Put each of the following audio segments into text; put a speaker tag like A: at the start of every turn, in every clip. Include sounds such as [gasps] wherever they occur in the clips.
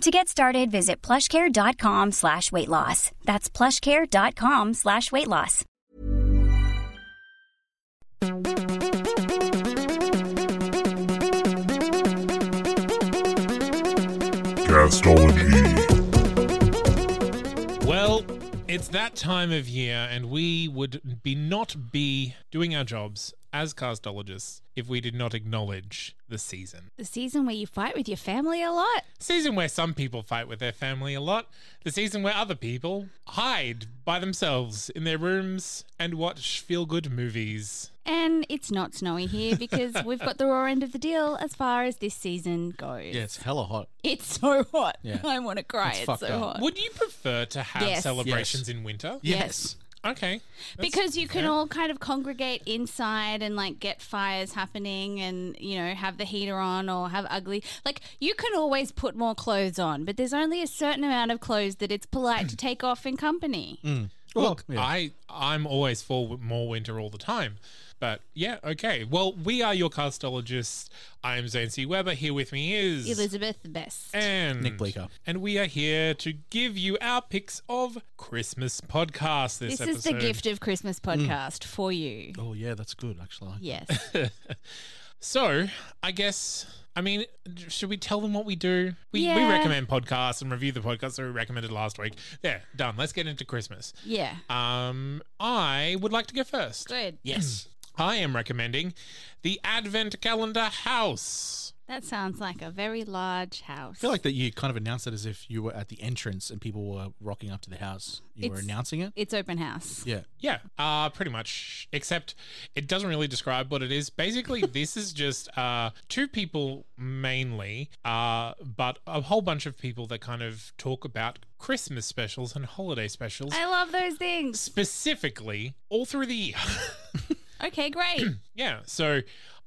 A: To get started, visit plushcare.com slash weight loss. That's plushcare.com slash weight loss.
B: Castology.
C: Well, it's that time of year, and we would be not be doing our jobs as castologists if we did not acknowledge the season.
D: The season where you fight with your family a lot.
C: Season where some people fight with their family a lot. The season where other people hide by themselves in their rooms and watch feel good movies.
D: And it's not snowy here because we've got the raw end of the deal as far as this season goes.
E: Yeah, it's hella hot.
D: It's so hot.
E: Yeah.
D: [laughs] I want to cry.
E: It's
D: It's,
E: fucked
D: so
E: up.
D: hot.
C: Would you prefer to have
D: Uh, Yes.
C: celebrations in winter?
D: Yes.
C: Okay. That's-
D: because you can
C: yeah.
D: all kind of congregate inside and like get fires happening and you know have the heater on or have ugly like you can always put more clothes on but there's only a certain amount of clothes that it's polite to take off in company
E: Mm.
C: Look,
E: yeah.
C: I I'm always for w- more winter all the time. But yeah, okay. Well, we are your castologists. I'm Zane C. Weber. Here with me is
D: Mm. elizabeth the best
C: and
E: Nick Bleeker.
C: and we are here to give you our picks of Christmas podcasts. This,
D: this is the
C: episode.
D: gift of christmas
E: Mm.
D: podcast for you
E: Oh yeah, that's good actually.
D: yes
E: [laughs]
C: So I guess I mean, should we tell them what we do? We we
D: Yeah.
C: recommend podcasts and review the podcasts that we recommended last week. There, done. Let's get into Christmas.
D: yeah
C: Um, I would like to go first.
D: good
E: Yes.
C: I am recommending the Advent Calendar House.
D: that sounds like a very large house
E: [clears throat] I feel like that you kind of announced it as if you were at the entrance and people were rocking up to the house. You were
D: It's-
E: announcing it.
D: it's open house
E: Yeah.
C: Yeah, uh, pretty much. Except it doesn't really describe what it is. Basically, this is just uh, two people mainly, uh, but a whole bunch of people that kind of talk about Christmas specials and holiday specials,
D: i love those things
C: specifically all through the year. [laughs]
D: okay
C: [clears throat]
D: great
C: yeah, so.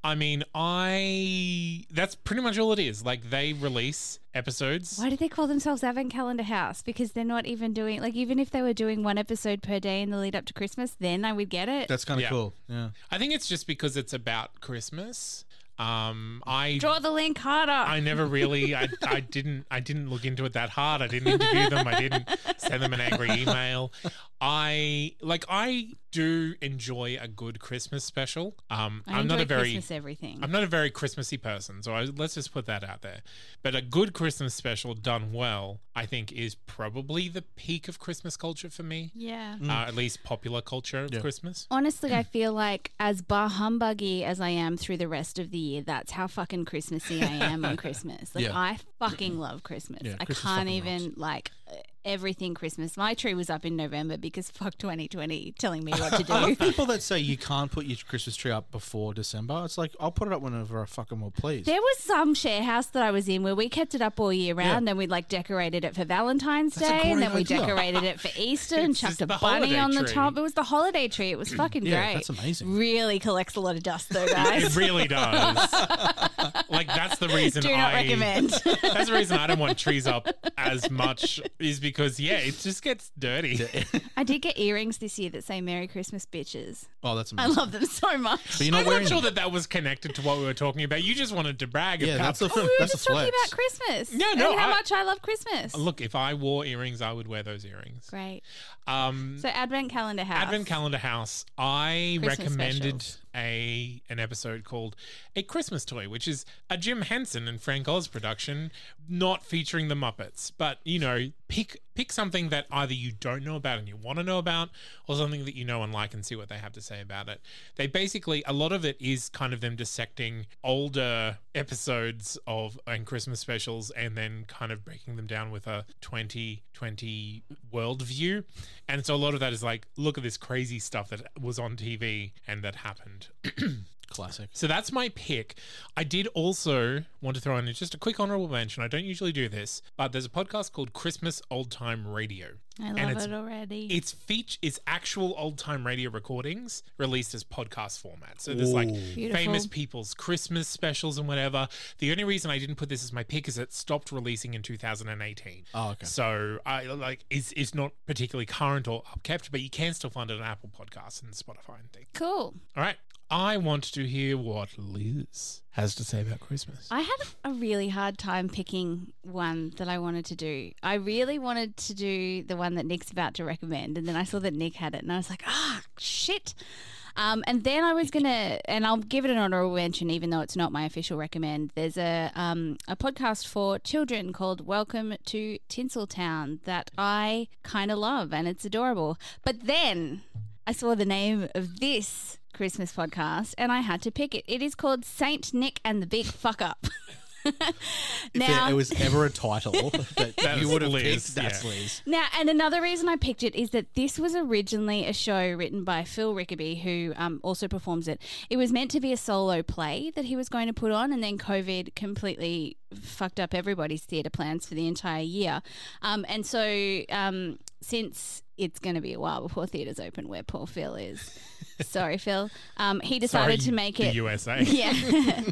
C: I mean, I. That's pretty much all it is. Like, they release episodes.
D: Why do they call themselves Advent Calendar House? Because they're not even doing like even if they were doing one episode per day in the lead up to Christmas, then I would get it.
E: That's kind of
C: Yeah.
E: cool. Yeah.
C: I think it's just because it's about Christmas. Um, I
D: Draw the link harder.
C: I never really I,
D: [laughs]
C: I didn't I didn't look into it that hard. I didn't interview them. I didn't send them an angry email. I like I do enjoy a good Christmas special. Um,
D: I
C: I'm not
D: enjoy
C: a very
D: Christmas everything.
C: I'm not a very Christmassy person, so I, let's just put that out there. But a good Christmas special done well, I think, is probably the peak of Christmas culture for me.
D: yeah.
C: Uh, at least popular culture of
E: Yeah.
C: Christmas.
D: Honestly, I feel like as bar humbuggy as I am through the rest of the year, that's how fucking Christmassy I am
E: [laughs]
D: on Christmas. Like
E: Yeah.
D: I fucking love Christmas.
E: Yeah,
D: I
E: Christmas
D: can't
E: fucking
D: even like uh, everything Christmas. My tree was up in November because fuck 2020 telling me what to
E: I love [laughs]
D: do. [laughs]
E: people that say you can't put your Christmas tree up before December. It's like I'll put it up whenever I fucking will please.
D: There was some share house that I was in where we kept it up all year round and we like decorated it for Valentine's
E: That's a
D: Day and
E: great
D: then we
E: idea.
D: decorated it
E: [laughs]
D: for Easter and
C: It's
D: chucked
C: just
D: a
C: the
D: bunny
C: holiday
D: on the
C: tree.
D: top. It was the holiday tree. It
E: [clears throat]
D: was fucking
E: Yeah,
D: great.
E: that's amazing.
D: Really collects a lot of dust
E: [laughs]
D: though,
C: It
D: guys.
C: really
D: [laughs]
C: does. like that's the reason
D: Do not
C: I
D: recommend.
C: That's the reason I don't want trees up as much is because yeah, it just gets dirty.
D: I did get earrings this year that say Merry Christmas bitches.
E: oh, that's
D: I
E: amazing.
D: love them so much.
E: but you're not
C: I'm
E: wearing
C: not sure
E: them.
C: that that was connected to what we were talking about. You just wanted to brag
E: Yeah,
C: about.
E: that's a
D: Oh, We were
E: that's a
D: just talking
E: flex.
D: about Christmas.
C: Yeah, no,
D: and how
C: I-
D: much I love Christmas.
C: Look, if I wore earrings, I would wear those earrings.
D: Great.
C: Um,
D: So Advent Calendar House.
C: Advent Calendar House. I
D: Christmas
C: recommended
D: specials.
C: a an episode called "A Christmas Toy," which is a Jim Henson and Frank Oz production, not featuring the Muppets. But you know, pick pick something that either you don't know about and you want to know about, or something that you know and like, and see what they have to say about it. They basically a lot of it is kind of them dissecting older episodes of and Christmas specials, and then kind of breaking them down with a 2020 worldview. And so a lot of that is like, look at this crazy stuff that was on TV and that happened. [clears throat]
E: Classic.
C: So that's my pick. I did also want to throw in just a quick honorable mention. I don't usually do this, but there's a podcast called Christmas Old Time Radio.
D: I
C: and
D: love
C: it's
D: it already.
C: It's feat it's actual old time radio recordings released as podcast format. So there's like famous
D: Beautiful.
C: people's Christmas specials and whatever. The only reason I didn't put this as my pick is it stopped releasing in 2018.
E: Oh, okay.
C: So I like it's it's not particularly current or upkept, but you can still find it on Apple Podcasts and Spotify and things.
D: cool.
C: All right. I want to hear what Liz has to say about Christmas.
D: I had a really hard time picking one that I wanted to do. I really wanted to do the one that Nick's about to recommend, and then I saw that Nick had it, and I was like, ah, shit. Um, and then I was gonna, and I'll give it an honorable mention, even though it's not my official recommend. There's a um, a podcast for children called Welcome to Tinseltown that I kind of love, and it's adorable. But then I saw the name of this Christmas podcast, and I had to pick it. It is called Saint Nick and the Big Fuck Up. [laughs]
E: If there was ever
D: [laughs]
E: a title that,
C: That
E: you
C: is
E: would have
C: Liz,
E: picked, that's
C: yeah.
E: Liz.
D: Now, and another reason I picked it is that this was originally a show written by Phil Rickaby, who um, also performs it. It was meant to be a solo play that he was going to put on, and then COVID completely fucked up everybody's theatre plans for the entire year. Um, and so, um, since it's going to be a while before theatres open where poor
C: [laughs]
D: Phil is, sorry, Phil, um, he decided
C: Sorry,
D: to make
C: the
D: it.
C: USA.
D: [laughs] Yeah.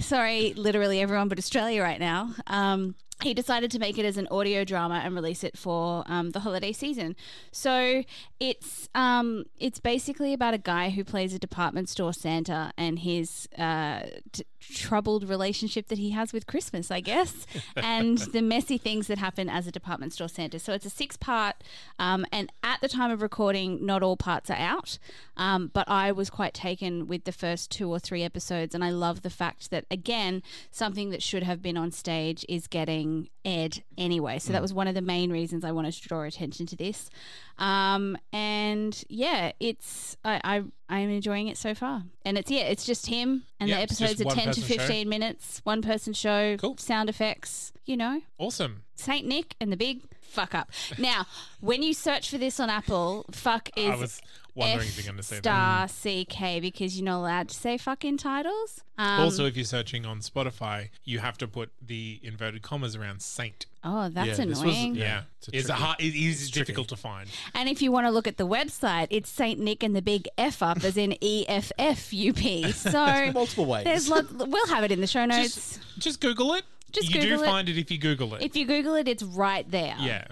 D: Sorry, literally everyone but Australia right now. Um, he decided to make it as an audio drama and release it for um, the holiday season. So it's um, it's basically about a guy who plays a department store Santa and his uh, t- troubled relationship that he has with Christmas, I guess, and the messy things that happen as a department store Santa. So it's a six part, um, and at the time of recording, not all parts are out. Um, but I was quite taken with the first two or three episodes, and I love the fact that again, something that should have been on stage is getting aired anyway. So
C: Mm.
D: that was one of the main reasons I wanted to draw attention to this. Um, and yeah, it's I, I I'm enjoying it so far, and it's yeah, it's just him, and
C: Yeah,
D: the
C: it's just
D: episodes are
C: one
D: ten to
C: person show.
D: fifteen minutes, one person show,
C: Cool.
D: sound effects, you know.
C: Awesome.
D: Saint Nick and the big fuck up. Now, when you search for this on Apple, fuck is
C: I was wondering if you're going to say that.
D: star CK because you're not allowed to say fucking titles. Um,
C: also, if you're searching on Spotify, you have to put the inverted commas around saint.
D: oh, that's
E: Yeah, this was-
D: annoying.
E: Yeah,
C: Yeah,
E: it's
C: it's,
E: a
C: a
E: tricky-
C: hard, it is difficult to find.
D: And if you want to look at the website, it's Saint Nick and the big F up, as in E F F U
C: [laughs]
D: P. So
E: Multiple ways.
D: there's lot. We'll have it in the show notes.
C: Just, just Google it.
D: Just
C: you
D: Google
C: do
D: it.
C: find it if you Google it.
D: if you Google it, it's right there.
C: yeah.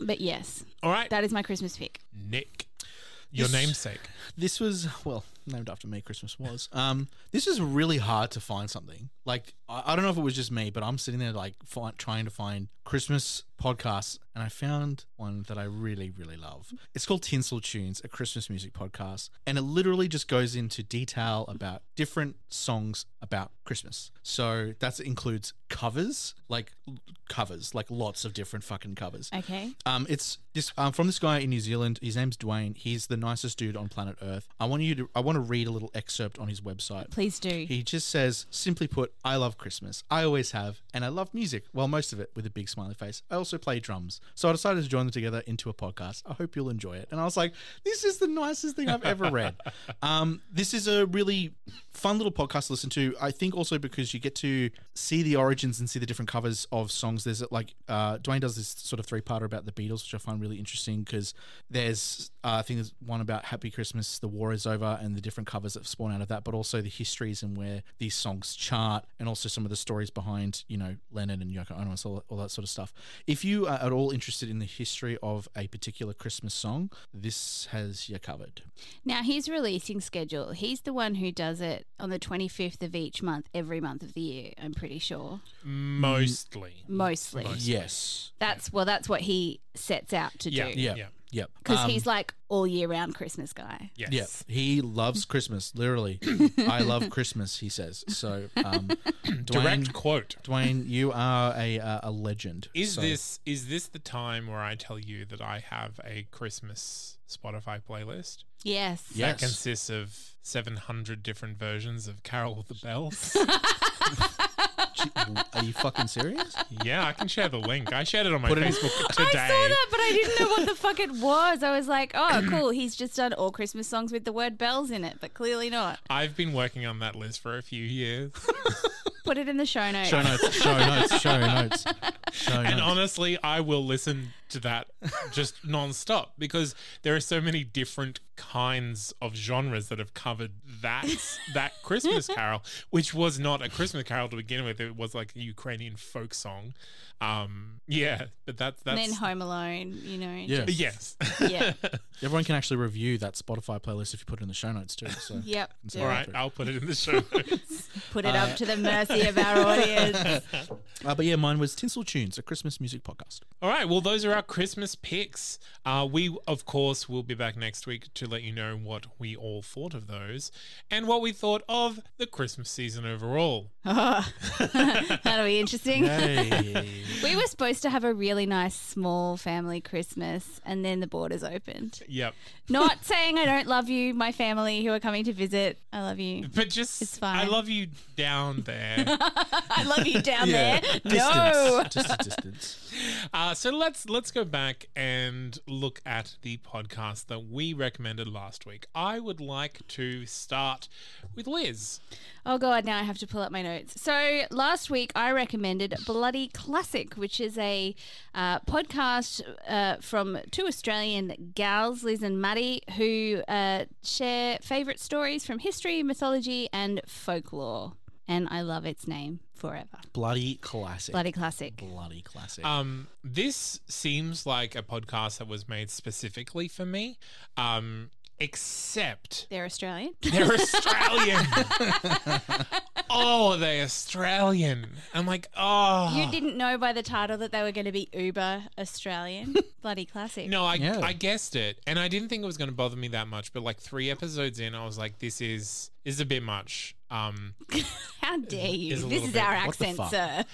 D: But yes,
C: All right,
D: that is my Christmas pick.
C: Nick, your
E: This-
C: namesake.
E: this was well named after me christmas was um this is really hard to find something like i, I don't know if it was just me but i'm sitting there like fi- trying to find christmas podcasts and i found one that i really really love it's called tinsel tunes a christmas music podcast and it literally just goes into detail about different songs about christmas so that includes covers like l- covers like lots of different fucking covers
D: Okay.
E: um, it's this um, from this guy in New Zealand. His name's Dwayne. He's the nicest dude on planet Earth. I want you to. I want to read a little excerpt on his website.
D: Please do.
E: He just says, simply put, I love Christmas. I always have, and I love music. Well, most of it with a big smiley face. I also play drums, so I decided to join them together into a podcast. I hope you'll enjoy it. And I was like, this is the nicest thing I've ever read. um, this is a really fun little podcast to listen to. I think also because you get to see the origins and see the different covers of songs. There's like uh, Dwayne does this sort of three-parter about the Beatles, which I find really interesting because there's uh, I think there's one about Happy Christmas, The War Is Over, and the different covers that have spawned out of that, but also the histories and where these songs chart, and also some of the stories behind you know Lennon and Yoko Ono and all, all that sort of stuff. If you are at all interested in the history of a particular Christmas song, this has you covered.
D: Now, his releasing schedule, he's the one who does it on the 25th of each month, every month of the year, I'm pretty sure.
C: Mostly.
D: Mostly.
E: Yes.
D: That's, well, that's what he sets out to
C: Yeah.
D: do.
E: Yeah.
C: Yeah.
E: Yep.
D: Because
E: Um,
D: he's like all year round Christmas guy.
C: Yes.
E: Yeah, he loves
D: [laughs]
E: Christmas. Literally, I love Christmas. He says so. Um,
C: Direct
E: Dwayne,
C: quote.
E: Dwayne, you are a uh, a legend.
C: Is
E: So-
C: this is this the time where I tell you that I have a Christmas Spotify playlist
D: Yes. [laughs]
C: that
E: Yes. [laughs]
C: consists of 700 different versions of Carol
D: [laughs]
C: with the Bells?
E: Are you fucking serious?
C: yeah, I can share the link. I shared it on my
E: Put it in-
C: Facebook
D: I
C: today.
D: saw that, but I didn't know what the fuck it was. I was like, oh, cool. He's just done all Christmas songs with the word bells in it, but clearly not.
C: I've been working on that list for a few years.
D: Put it in the show notes.
E: show notes. Show notes. Show notes. Show notes.
C: And honestly, I will listen to that just nonstop because there are so many different kinds of genres that have covered that that Christmas Carol, which was not a Christmas Carol to begin with. It was like a Ukrainian folk song. Um, yeah, but that's
D: and
C: that's
D: then Home Alone, you know.
E: Yeah.
D: just-
C: yes.
D: yeah.
E: Everyone can actually review that Spotify playlist if you put it in the show notes too. So
D: Yep.
E: So-
C: All right, I'll put it in the show. notes.
D: Put it up to the mercy of our audience. [laughs]
E: Uh, but yeah, mine was Tinsel Tunes, a Christmas
C: [laughs]
E: music podcast.
C: All right. Well, those are our Christmas picks. Uh, we, of course, will be back next week to let you know what we all thought of those and what we thought of the Christmas season overall.
D: Oh, [laughs] that'll be interesting.
E: Hey.
D: We were supposed to have a really nice small family Christmas, and then the borders opened.
C: Yep.
D: Not saying I don't love you, my family who are coming to visit. I love you.
C: But just,
D: It's fine.
C: I love you down
D: [laughs]
C: there.
D: I love you down there.
E: Distance.
D: No.
E: Just a distance.
C: uh, so let's let's go back and look at the podcast that we recommended last week. I would like to start with Liz.
D: Oh god, now I have to pull up my notes. So last week I recommended Bloody Classic, which is a uh, podcast uh, from two Australian gals, Liz and Maddie, who uh, share favourite stories from history, mythology, and folklore. And I love its name forever.
E: Bloody classic.
D: Bloody Classic.
E: Bloody classic.
C: Um, this seems like a podcast that was made specifically for me, um, except
D: They're Australian.
C: [laughs]
D: [laughs]
C: they're Australian. oh, they're Australian. I'm like, oh.
D: You didn't know by the title that they were going to be uber Australian.
C: [laughs]
D: Bloody Classic.
C: No, I,
E: Yeah.
C: I guessed it, and I didn't think it was going to bother me that much. But like three episodes in, I was like, "This is is a bit much." Um,
D: How dare you?
C: Is a
D: This
C: little
D: is
C: bit-
D: our
E: What the
D: accent,
E: fuck?
D: sir.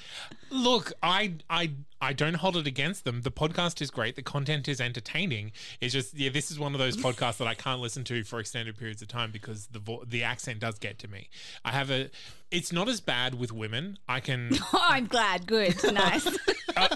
C: Look, I I I don't hold it against them. The podcast is great. The content is entertaining. It's just yeah, this is one of those podcasts that I can't listen to for extended periods of time because the vo- the accent does get to me. I have a it's not as bad with women. I can [laughs]
D: Oh, I'm glad. Good. Nice.
C: uh,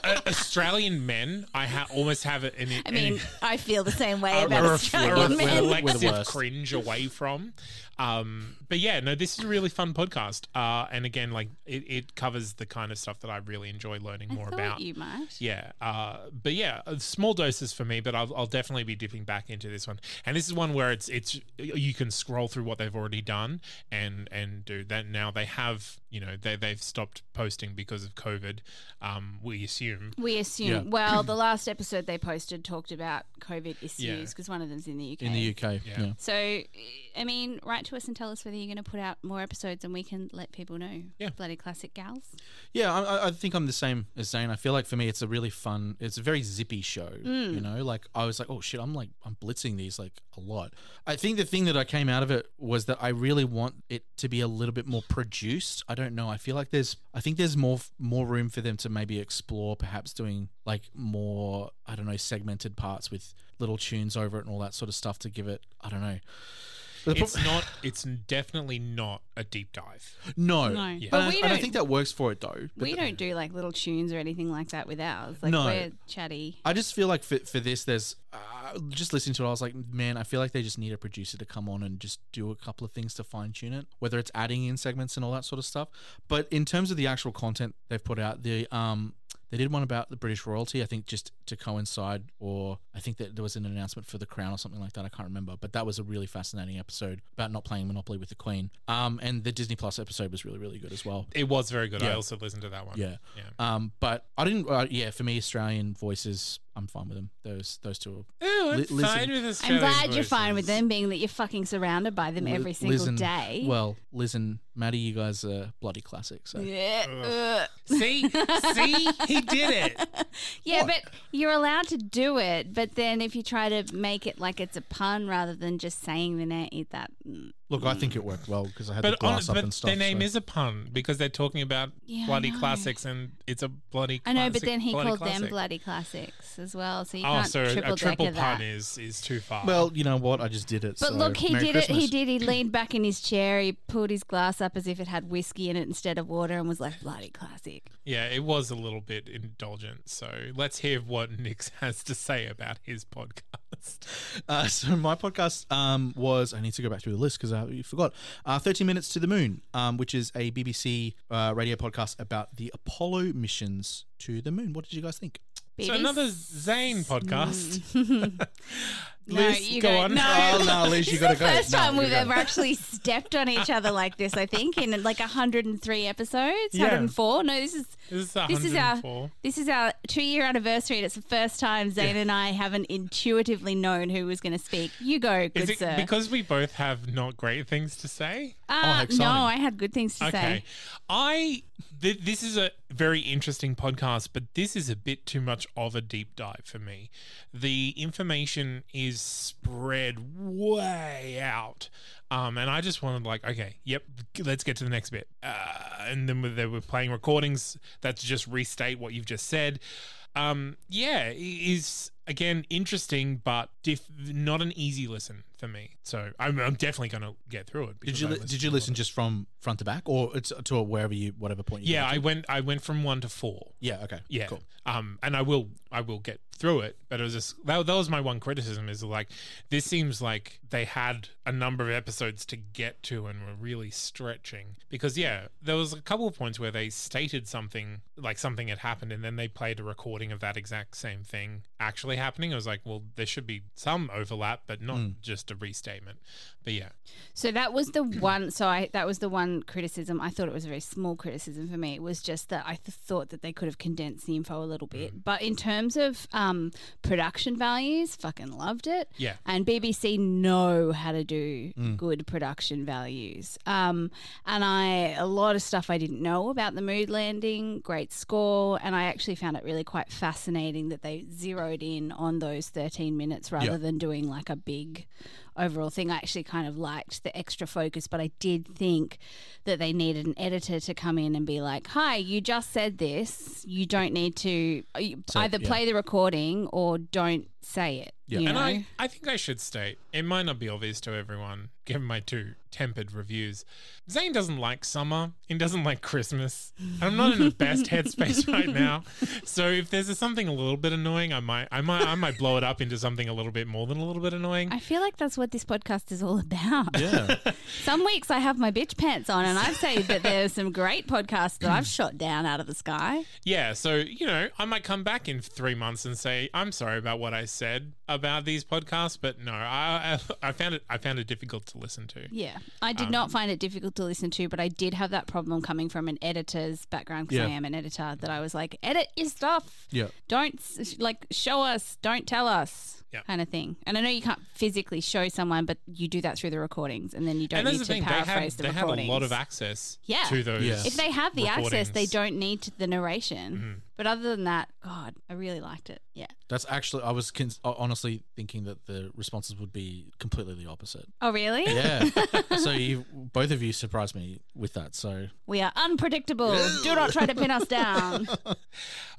C: uh, Australian men. I ha- almost have it. An,
D: I mean, I feel the same way
C: a,
D: about
E: ref-
C: a
D: Australian
E: ref-
D: men.
E: We're the
C: reflexive
E: worst.
C: cringe away from. Um, but yeah, no, this is a really fun podcast. Uh, and again, like it, it covers the kind of stuff that I really enjoy learning
D: [laughs]
C: more about.
D: you might.
C: Yeah, uh, but yeah, uh, small doses for me, but I'll, I'll definitely be dipping back into this one. And this is one where it's it's you can scroll through what they've already done and and do that. Now they have you know they they've stopped posting because of COVID. Um, we assume.
D: We assume.
E: Yeah.
C: [clears throat]
D: Well, the last episode they posted talked about COVID issues
C: Yeah.
D: because one of them's in the UK.
E: in the UK. Yeah.
C: Yeah.
D: So, I mean, write to us and tell us whether you're going to put out more episodes and we can let people know.
C: Yeah.
D: Bloody classic gals.
E: Yeah, I- I, I think I'm the same as Zane. I feel like for me, it's a really fun. It's a very zippy show.
D: Mm.
E: You know, like I was like, oh shit, I'm like I'm blitzing these like a lot. I think the thing that I came out of it was that I really want it to be a little bit more produced. I don't know. I feel like there's. I think there's more more room for them to maybe explore, perhaps doing like more. I don't know, segmented parts with little tunes over it and all that sort of stuff to give it. I don't know. But the
C: It's not. It's definitely not a deep dive.
E: pro- no,
D: No.
E: And
D: Yeah. But
E: I,
D: we
E: and I
D: don't-
E: think that works for it though. But
D: we don't do like little tunes or anything like that with ours. Like,
E: No.
D: we're chatty.
E: I just feel like for, for this, there's uh, just listening to it. I was like, man, I feel like they just need a producer to come on and just do a couple of things to fine tune it, whether it's adding in segments and all that sort of stuff. But in terms of the actual content they've put out, the um, they did one about the British royalty, I think, just to coincide, or I think that there was an announcement for the Crown or something like that. I can't remember, but that was a really fascinating episode about not playing Monopoly with the Queen. Um, and the Disney Plus episode was really, really good as well.
C: It was very good. I
E: Yeah.
C: also listened to that one.
E: Yeah.
C: Yeah.
E: Um, but I didn't. Uh, yeah, for me, Australian voices, I'm fine with them. Those those two. Are,
C: Oh, I'm
E: Li- listen-
C: fine with
D: I'm
C: Australian
D: glad you're fine with
C: voices.
D: them, being that you're fucking surrounded by them every
E: Li-
D: single
E: Liz and-
D: day.
E: Well, Liz and Maddie, you guys are bloody classics. So.
D: [laughs] yeah. Ugh.
C: [laughs] See, see, he did it.
D: Yeah, but you're allowed to do it. But then if you try to make it like it's a pun rather than just saying the name, that mm,
E: Look, I think it worked well because I had the
C: But, on,
E: glass up
C: but
E: and stuff.
C: their name
E: so-
C: is a pun because they're talking about
D: Yeah, I
C: bloody
D: know.
C: classics and it's a bloody.
D: I know. but
C: classic-
D: then he
C: bloody
D: called them
C: classic.
D: bloody classics as well, so you
C: Oh,
D: can't
C: so
D: triple,
C: a triple
D: decker
C: pun
D: that.
C: is is too far.
E: Well, you know what? I just did it.
D: but
E: so
D: look, he
E: Merry
D: did it. He
C: [laughs]
E: Christmas.
D: did. He leaned back in his chair. He pulled his glass up as if it had whiskey in it instead of water, and was like, "Bloody classic."
C: yeah, it was a little bit indulgent. So let's hear what Nix [laughs] has to say about his podcast.
E: Uh, so my podcast um, was I need to go back through the list because I forgot. Uh, Thirty minutes to the moon, um, which is a BBC uh, radio podcast about the Apollo missions to the moon. What did you guys think?
C: So
D: Babies?
C: another Zane podcast.
D: [laughs] No,
C: [laughs] Liz,
D: you
C: go
D: go.
C: on.
D: No.
E: Oh, no, Liz, you
D: It's
E: got to
D: the
E: go.
D: first
E: No,
D: time
E: you
D: we've
E: gotta
D: ever
E: go.
D: actually
E: [laughs]
D: stepped on each other like this, I think, in like 103 episodes,
C: Yeah.
D: 104. No, this is
C: [laughs] This is
D: this is our
C: 104.
D: this is our two year anniversary, and it's the first time Zane and I haven't intuitively known who was going to speak. You go, good
C: Is it
D: sir.
C: because we both have not great things to say?
E: how
D: uh,
E: Oh, exciting.
D: no, I had good things to say.
C: I th- this is a very interesting podcast, but this is a bit too much of a deep dive for me. The information is spread way out. Um, and I just wanted like, okay, yep, g- let's get to the next bit. Uh, and then we- they were playing recordings that just restate what you've just said. Um, yeah, i- is again interesting, but diff- not an easy listen for me. So I'm, I'm definitely going to get through it.
E: Did
C: because
E: you
C: I
E: li-
C: listened
E: did
C: to a
E: you
C: lot
E: listen
C: of-
E: just from front to back, or it's to wherever you whatever point? you
C: Yeah,
E: got
C: I
E: to?
C: went. I went from one to four.
E: yeah. Okay.
C: Yeah.
E: Cool.
C: Um, and I will. I will get through it. But it was just that, that was my one criticism is like this seems like they had a number of episodes to get to and were really stretching because yeah, there was a couple of points where they stated something like something had happened and then they played a recording of that exact same thing actually happening. I was like, well, there should be some overlap, but not just a restatement. But yeah,
D: So that was the one. So I that was the one criticism. I thought it was a very small criticism for me. It was just that I th- thought that they could have condensed the info a little bit.
E: Mm.
D: But in terms of um, production values, fucking loved it.
C: Yeah.
D: And BBC know how to do good production values. Um, and I a lot of stuff I didn't know about the mood landing. Great score. And I actually found it really quite fascinating that they zeroed in on those thirteen minutes rather
E: Yeah.
D: than doing like a big overall thing. I actually kind of liked the extra focus, but I did think that they needed an editor to come in and be like, "Hi, you just said this. You don't need to you either
E: yeah.
D: play the recording or don't say it."
E: Yeah.
D: you
C: and
D: know?
C: I, I think I should state it might not be obvious to everyone, given my two tempered reviews. Zane doesn't like summer. He doesn't like Christmas. I'm not in the best headspace [laughs] right now. So if there's something a little bit annoying, I might I might I might blow it up into something a little bit more than a little bit annoying.
D: I feel like that's what this podcast is all about.
E: Yeah.
D: [laughs] Some weeks I have my bitch pants on, and I've said that there's some great podcasts that I've shot down out of the sky.
C: Yeah, so you know, I might come back in three months and say I'm sorry about what I said about these podcasts, but no, I I, I found it I found it difficult to listen to.
D: Yeah, I
C: Um,
D: did not find it difficult to listen to, but I did have that problem coming from an editor's background because I
E: Yeah.
D: am an editor. That I was like, edit your stuff.
E: Yeah.
D: Don't s- like show us. Don't tell us.
C: Yeah.
D: Kind of thing. And I know you can't physically show someone, but you do that through the recordings, and then you don't
C: And that's
D: need
C: the
D: to
C: thing; they had
D: paraphrase the
C: they had a
D: recordings.
C: lot of access
D: Yeah.
C: to those.
E: Yeah.
D: if they have the access, they
C: recordings.
D: don't need to- the narration. But other than that, God, I really liked it. Yeah.
E: That's actually. I was cons- ho- honestly thinking that the responses would be completely the opposite.
D: Oh, really?
E: Yeah. so you both of you surprised me with that. So
D: We are unpredictable. do not try to pin us down.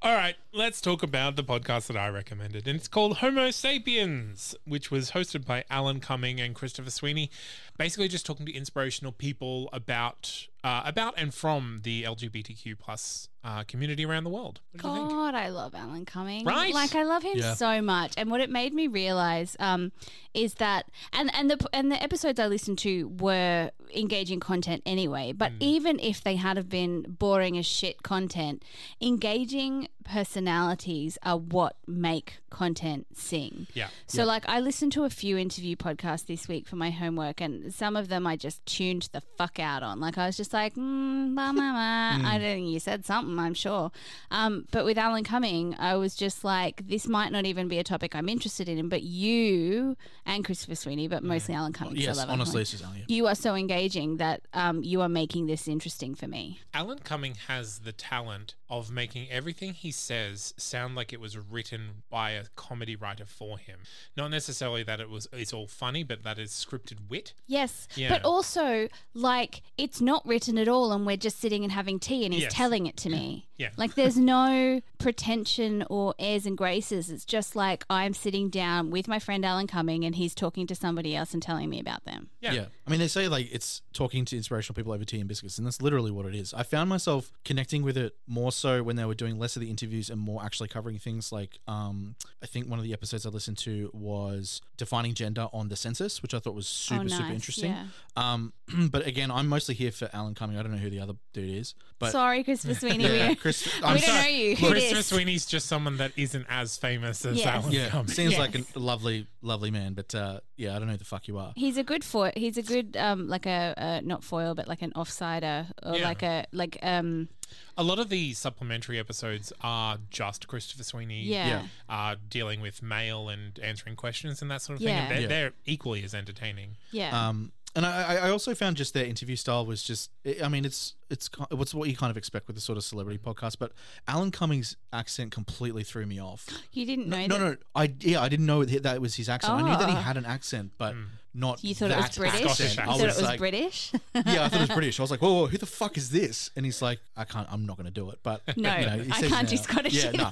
C: All right, let's talk about the podcast that I recommended. And it's called Homo Sapiens, which was hosted by Alan Cumming and Christopher Sweeney. Basically, just talking to inspirational people about uh, about and from the LGBTQ plus uh, community around the world. What do you think?
D: God, I love Alan Cumming.
C: Right?
D: Like I love him
E: Yeah.
D: so much. And what it made me realize um, is that and and the and the episodes I listened to were engaging content anyway. But even if they had have been boring as shit content, engaging personalities are what make content sing.
C: Yeah.
D: So, like, I listened to a few interview podcasts this week for my homework, and some of them I just tuned the fuck out on. Like, I was just like, mm, blah, blah, blah. I don't you said something, I'm sure. Um, but with Alan Cumming, I was just like, this might not even be a topic I'm interested in, but you and Christopher Sweeney, but mostley Alan Cumming. 'cause I
E: yes,
D: love Alan
E: honestly,
D: Cumming,
E: Susanna. yeah.
D: you are so engaging that um, you are making this interesting for me.
C: Alan Cumming has the talent of making everything he says sound like it was written by a comedy writer for him. Not necessarily that it was it's all funny, but that is scripted wit.
D: Yes,
C: Yeah.
D: but also like it's not written at all, and we're just sitting and having tea, and he's
C: Yes.
D: telling it to me.
C: Yeah.
D: like there's no pretension or airs and graces. It's just like I'm sitting down with my friend Alan Cumming, and he's talking to somebody else and telling me about them.
C: Yeah.
E: Yeah. I mean, they say like it's talking to inspirational people over tea and biscuits, and that's literally what it is. I found myself connecting with it more so when they were doing less of the interviews and more actually covering things like um, I think one of the episodes I listened to was defining gender on the census, which I thought was super, super
D: Oh, nice,
E: interesting.
D: yeah.
E: [clears throat] Um, but again, I'm mostly here for Alan Cumming. I don't know who the other dude is,
C: [laughs]
E: but
D: Sorry, Christopher Sweeney.
E: yeah,
D: we-
E: Christmas.
D: We don't know you. Who
C: Christopher
D: dis?
C: Sweeney's just someone that isn't as famous as
D: Yes.
C: Alan
E: Yeah,
C: Cumming.
E: seems
D: Yeah.
E: like a lovely, lovely man, but uh, yeah, I don't know who the fuck you are.
D: He's a good foil. He's a good um like a, a not foil but like an offsider or
C: Yeah.
D: like a like um
C: A lot of the supplementary episodes are just Christopher Sweeney
D: yeah.
E: Yeah.
C: uh, dealing with mail and answering questions and that sort of thing.
D: Yeah.
C: And they're,
E: Yeah.
C: they're equally as entertaining.
D: Yeah.
E: Um, and I, I- I also found just their interview style was just, I- I mean, it's it's ki- what's what you kind of expect with a sort of celebrity
D: Mm.
E: podcast, but Alan Cumming's accent completely threw me
D: [gasps]
E: off.
D: you didn't know
E: No,
D: that.
E: no, no, I yeah, I didn't know that that was his accent. I knew that he
D: Oh.
E: had an accent, but not
D: You thought it
E: that
D: was British.
E: accent.
C: Scottish
E: I
D: you
E: was,
D: thought it was
E: like,
D: British.
E: yeah, I thought it was British. I was like, whoa, whoa, who the fuck is this? And he's like, I can't, I'm not going to do it. But
D: No,
E: you know, he
D: I
E: says
D: can't do
E: now-
D: Scottish
E: Yeah, no,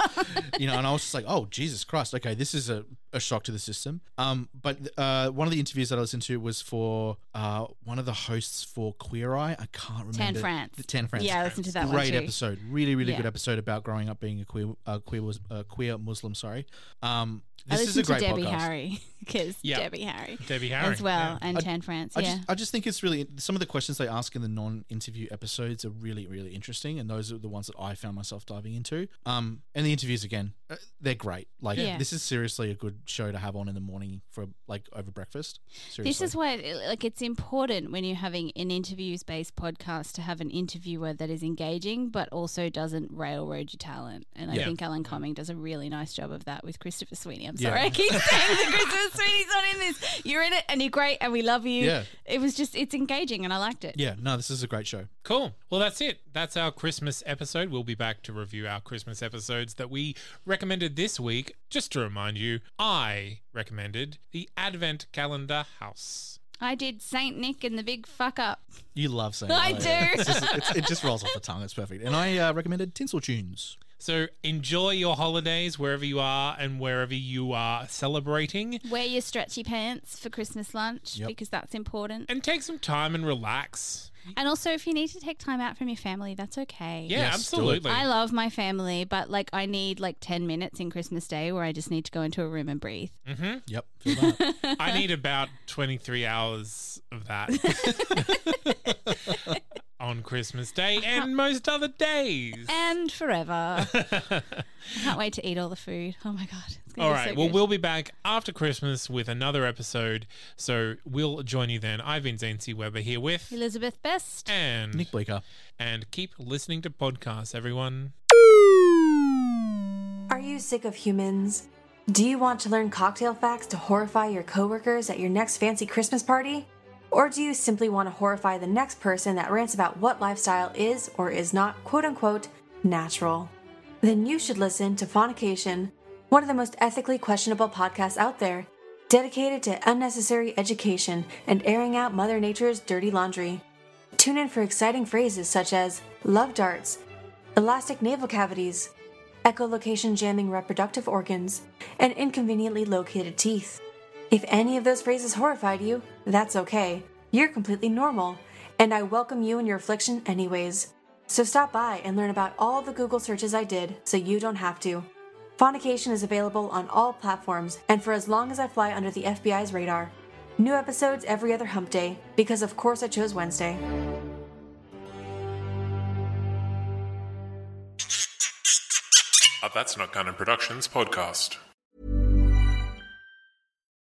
E: you know. And I was just like, oh Jesus Christ, okay, this is a, a shock to the system. Um, but uh, one of the interviews that I listened to was for uh one of the hosts for Queer Eye. I can't remember
D: Tan France.
E: The Tan France.
D: yeah, I listened to that one
E: Great
D: too.
E: episode, really, really
D: Yeah.
E: good episode about growing up being a queer, uh, queer, was- uh, queer Muslim. Sorry, um,
D: I
E: this is a
D: listened
E: great
D: to Debbie
E: podcast.
D: Harry because
C: Yeah.
D: Debbie Harry
C: Debbie Harry.
D: as well
C: yeah.
D: and Tan France.
E: I
D: yeah.
E: just I just think it's really some of the questions they ask in the non-interview episodes are really really interesting, and those are the ones that I found myself diving into. Um, and the interviews again, uh, they're great. Like
D: Yeah.
E: this is seriously a good show to have on in the morning for like over breakfast. Seriously.
D: This is why, like, it's important when you're having an interviews-based podcast to have an interviewer that is engaging, but also doesn't railroad your talent. And I
E: Yeah.
D: think Alan Cumming does a really nice job of that with Christopher Sweeney. I'm
E: Yeah.
D: sorry, I
E: [laughs]
D: keep saying that Christopher Sweeney's not in this. You're in it, and you're great, and we love you.
E: Yeah.
D: It was just, it's engaging, and I liked it.
E: yeah, no, this is a great show.
C: Cool. Well, that's it. That's our Christmas episode. We'll be back to review our Christmas episodes that we recommended this week. Just to remind you, I recommended the Advent Calendar House.
D: I did Saint Nick and the Big Fuck Up.
E: You love saying
D: I
E: that.
D: do.
E: It's just- it's- it just rolls off the tongue. It's perfect. And I uh, recommended Tinsel
D: [laughs]
E: Tunes.
C: So enjoy your holidays wherever you are and wherever you are celebrating.
D: Wear your stretchy pants for Christmas lunch
E: Yep.
D: because that's important.
C: And take some time and relax.
D: And also, if you need to take time out from your family, that's okay.
C: Yeah,
E: Yes, do it.
C: absolutely.
D: I love my family, but like I need like 10 minutes in Christmas Day where I just need to go into a room
C: [laughs]
D: and breathe.
E: Yep. feel
D: [laughs]
E: that.
C: I need about 23 hours of
D: [laughs]
C: that on Christmas Day and most other days. [laughs]
D: And forever. Can't wait to eat all the food. Oh my God. It's gonna
C: All
D: be
C: right.
D: So
C: well,
D: good.
C: we'll be back after Christmas with another episode. So we'll join you then. I've been Zane C. Weber here with
D: Elizabeth Best.
C: and
E: Nick Bleeker.
C: and keep listening to podcasts, everyone.
B: Are you sick of humans? Do you want to learn cocktail facts to horrify your coworkers at your next fancy Christmas party? Or do you simply want to horrify the next person that rants about what lifestyle is or is not quote unquote natural? Then you should listen to Fornication, one of the most ethically questionable podcasts out there, dedicated to unnecessary education and airing out Mother Nature's dirty laundry. Tune in for exciting phrases such as love darts, elastic navel cavities, echolocation jamming reproductive organs, and inconveniently located teeth. If any of those phrases horrified you, that's okay. You're completely normal, and I welcome you and your affliction anyways. So stop by and learn about all the Google searches I did so you don't have to. Phonication is available on all platforms and for as long as I fly under the FBI's radar. New episodes every other hump day, because of course I chose Wednesday.
F: A That's Not Gunner Productions podcast.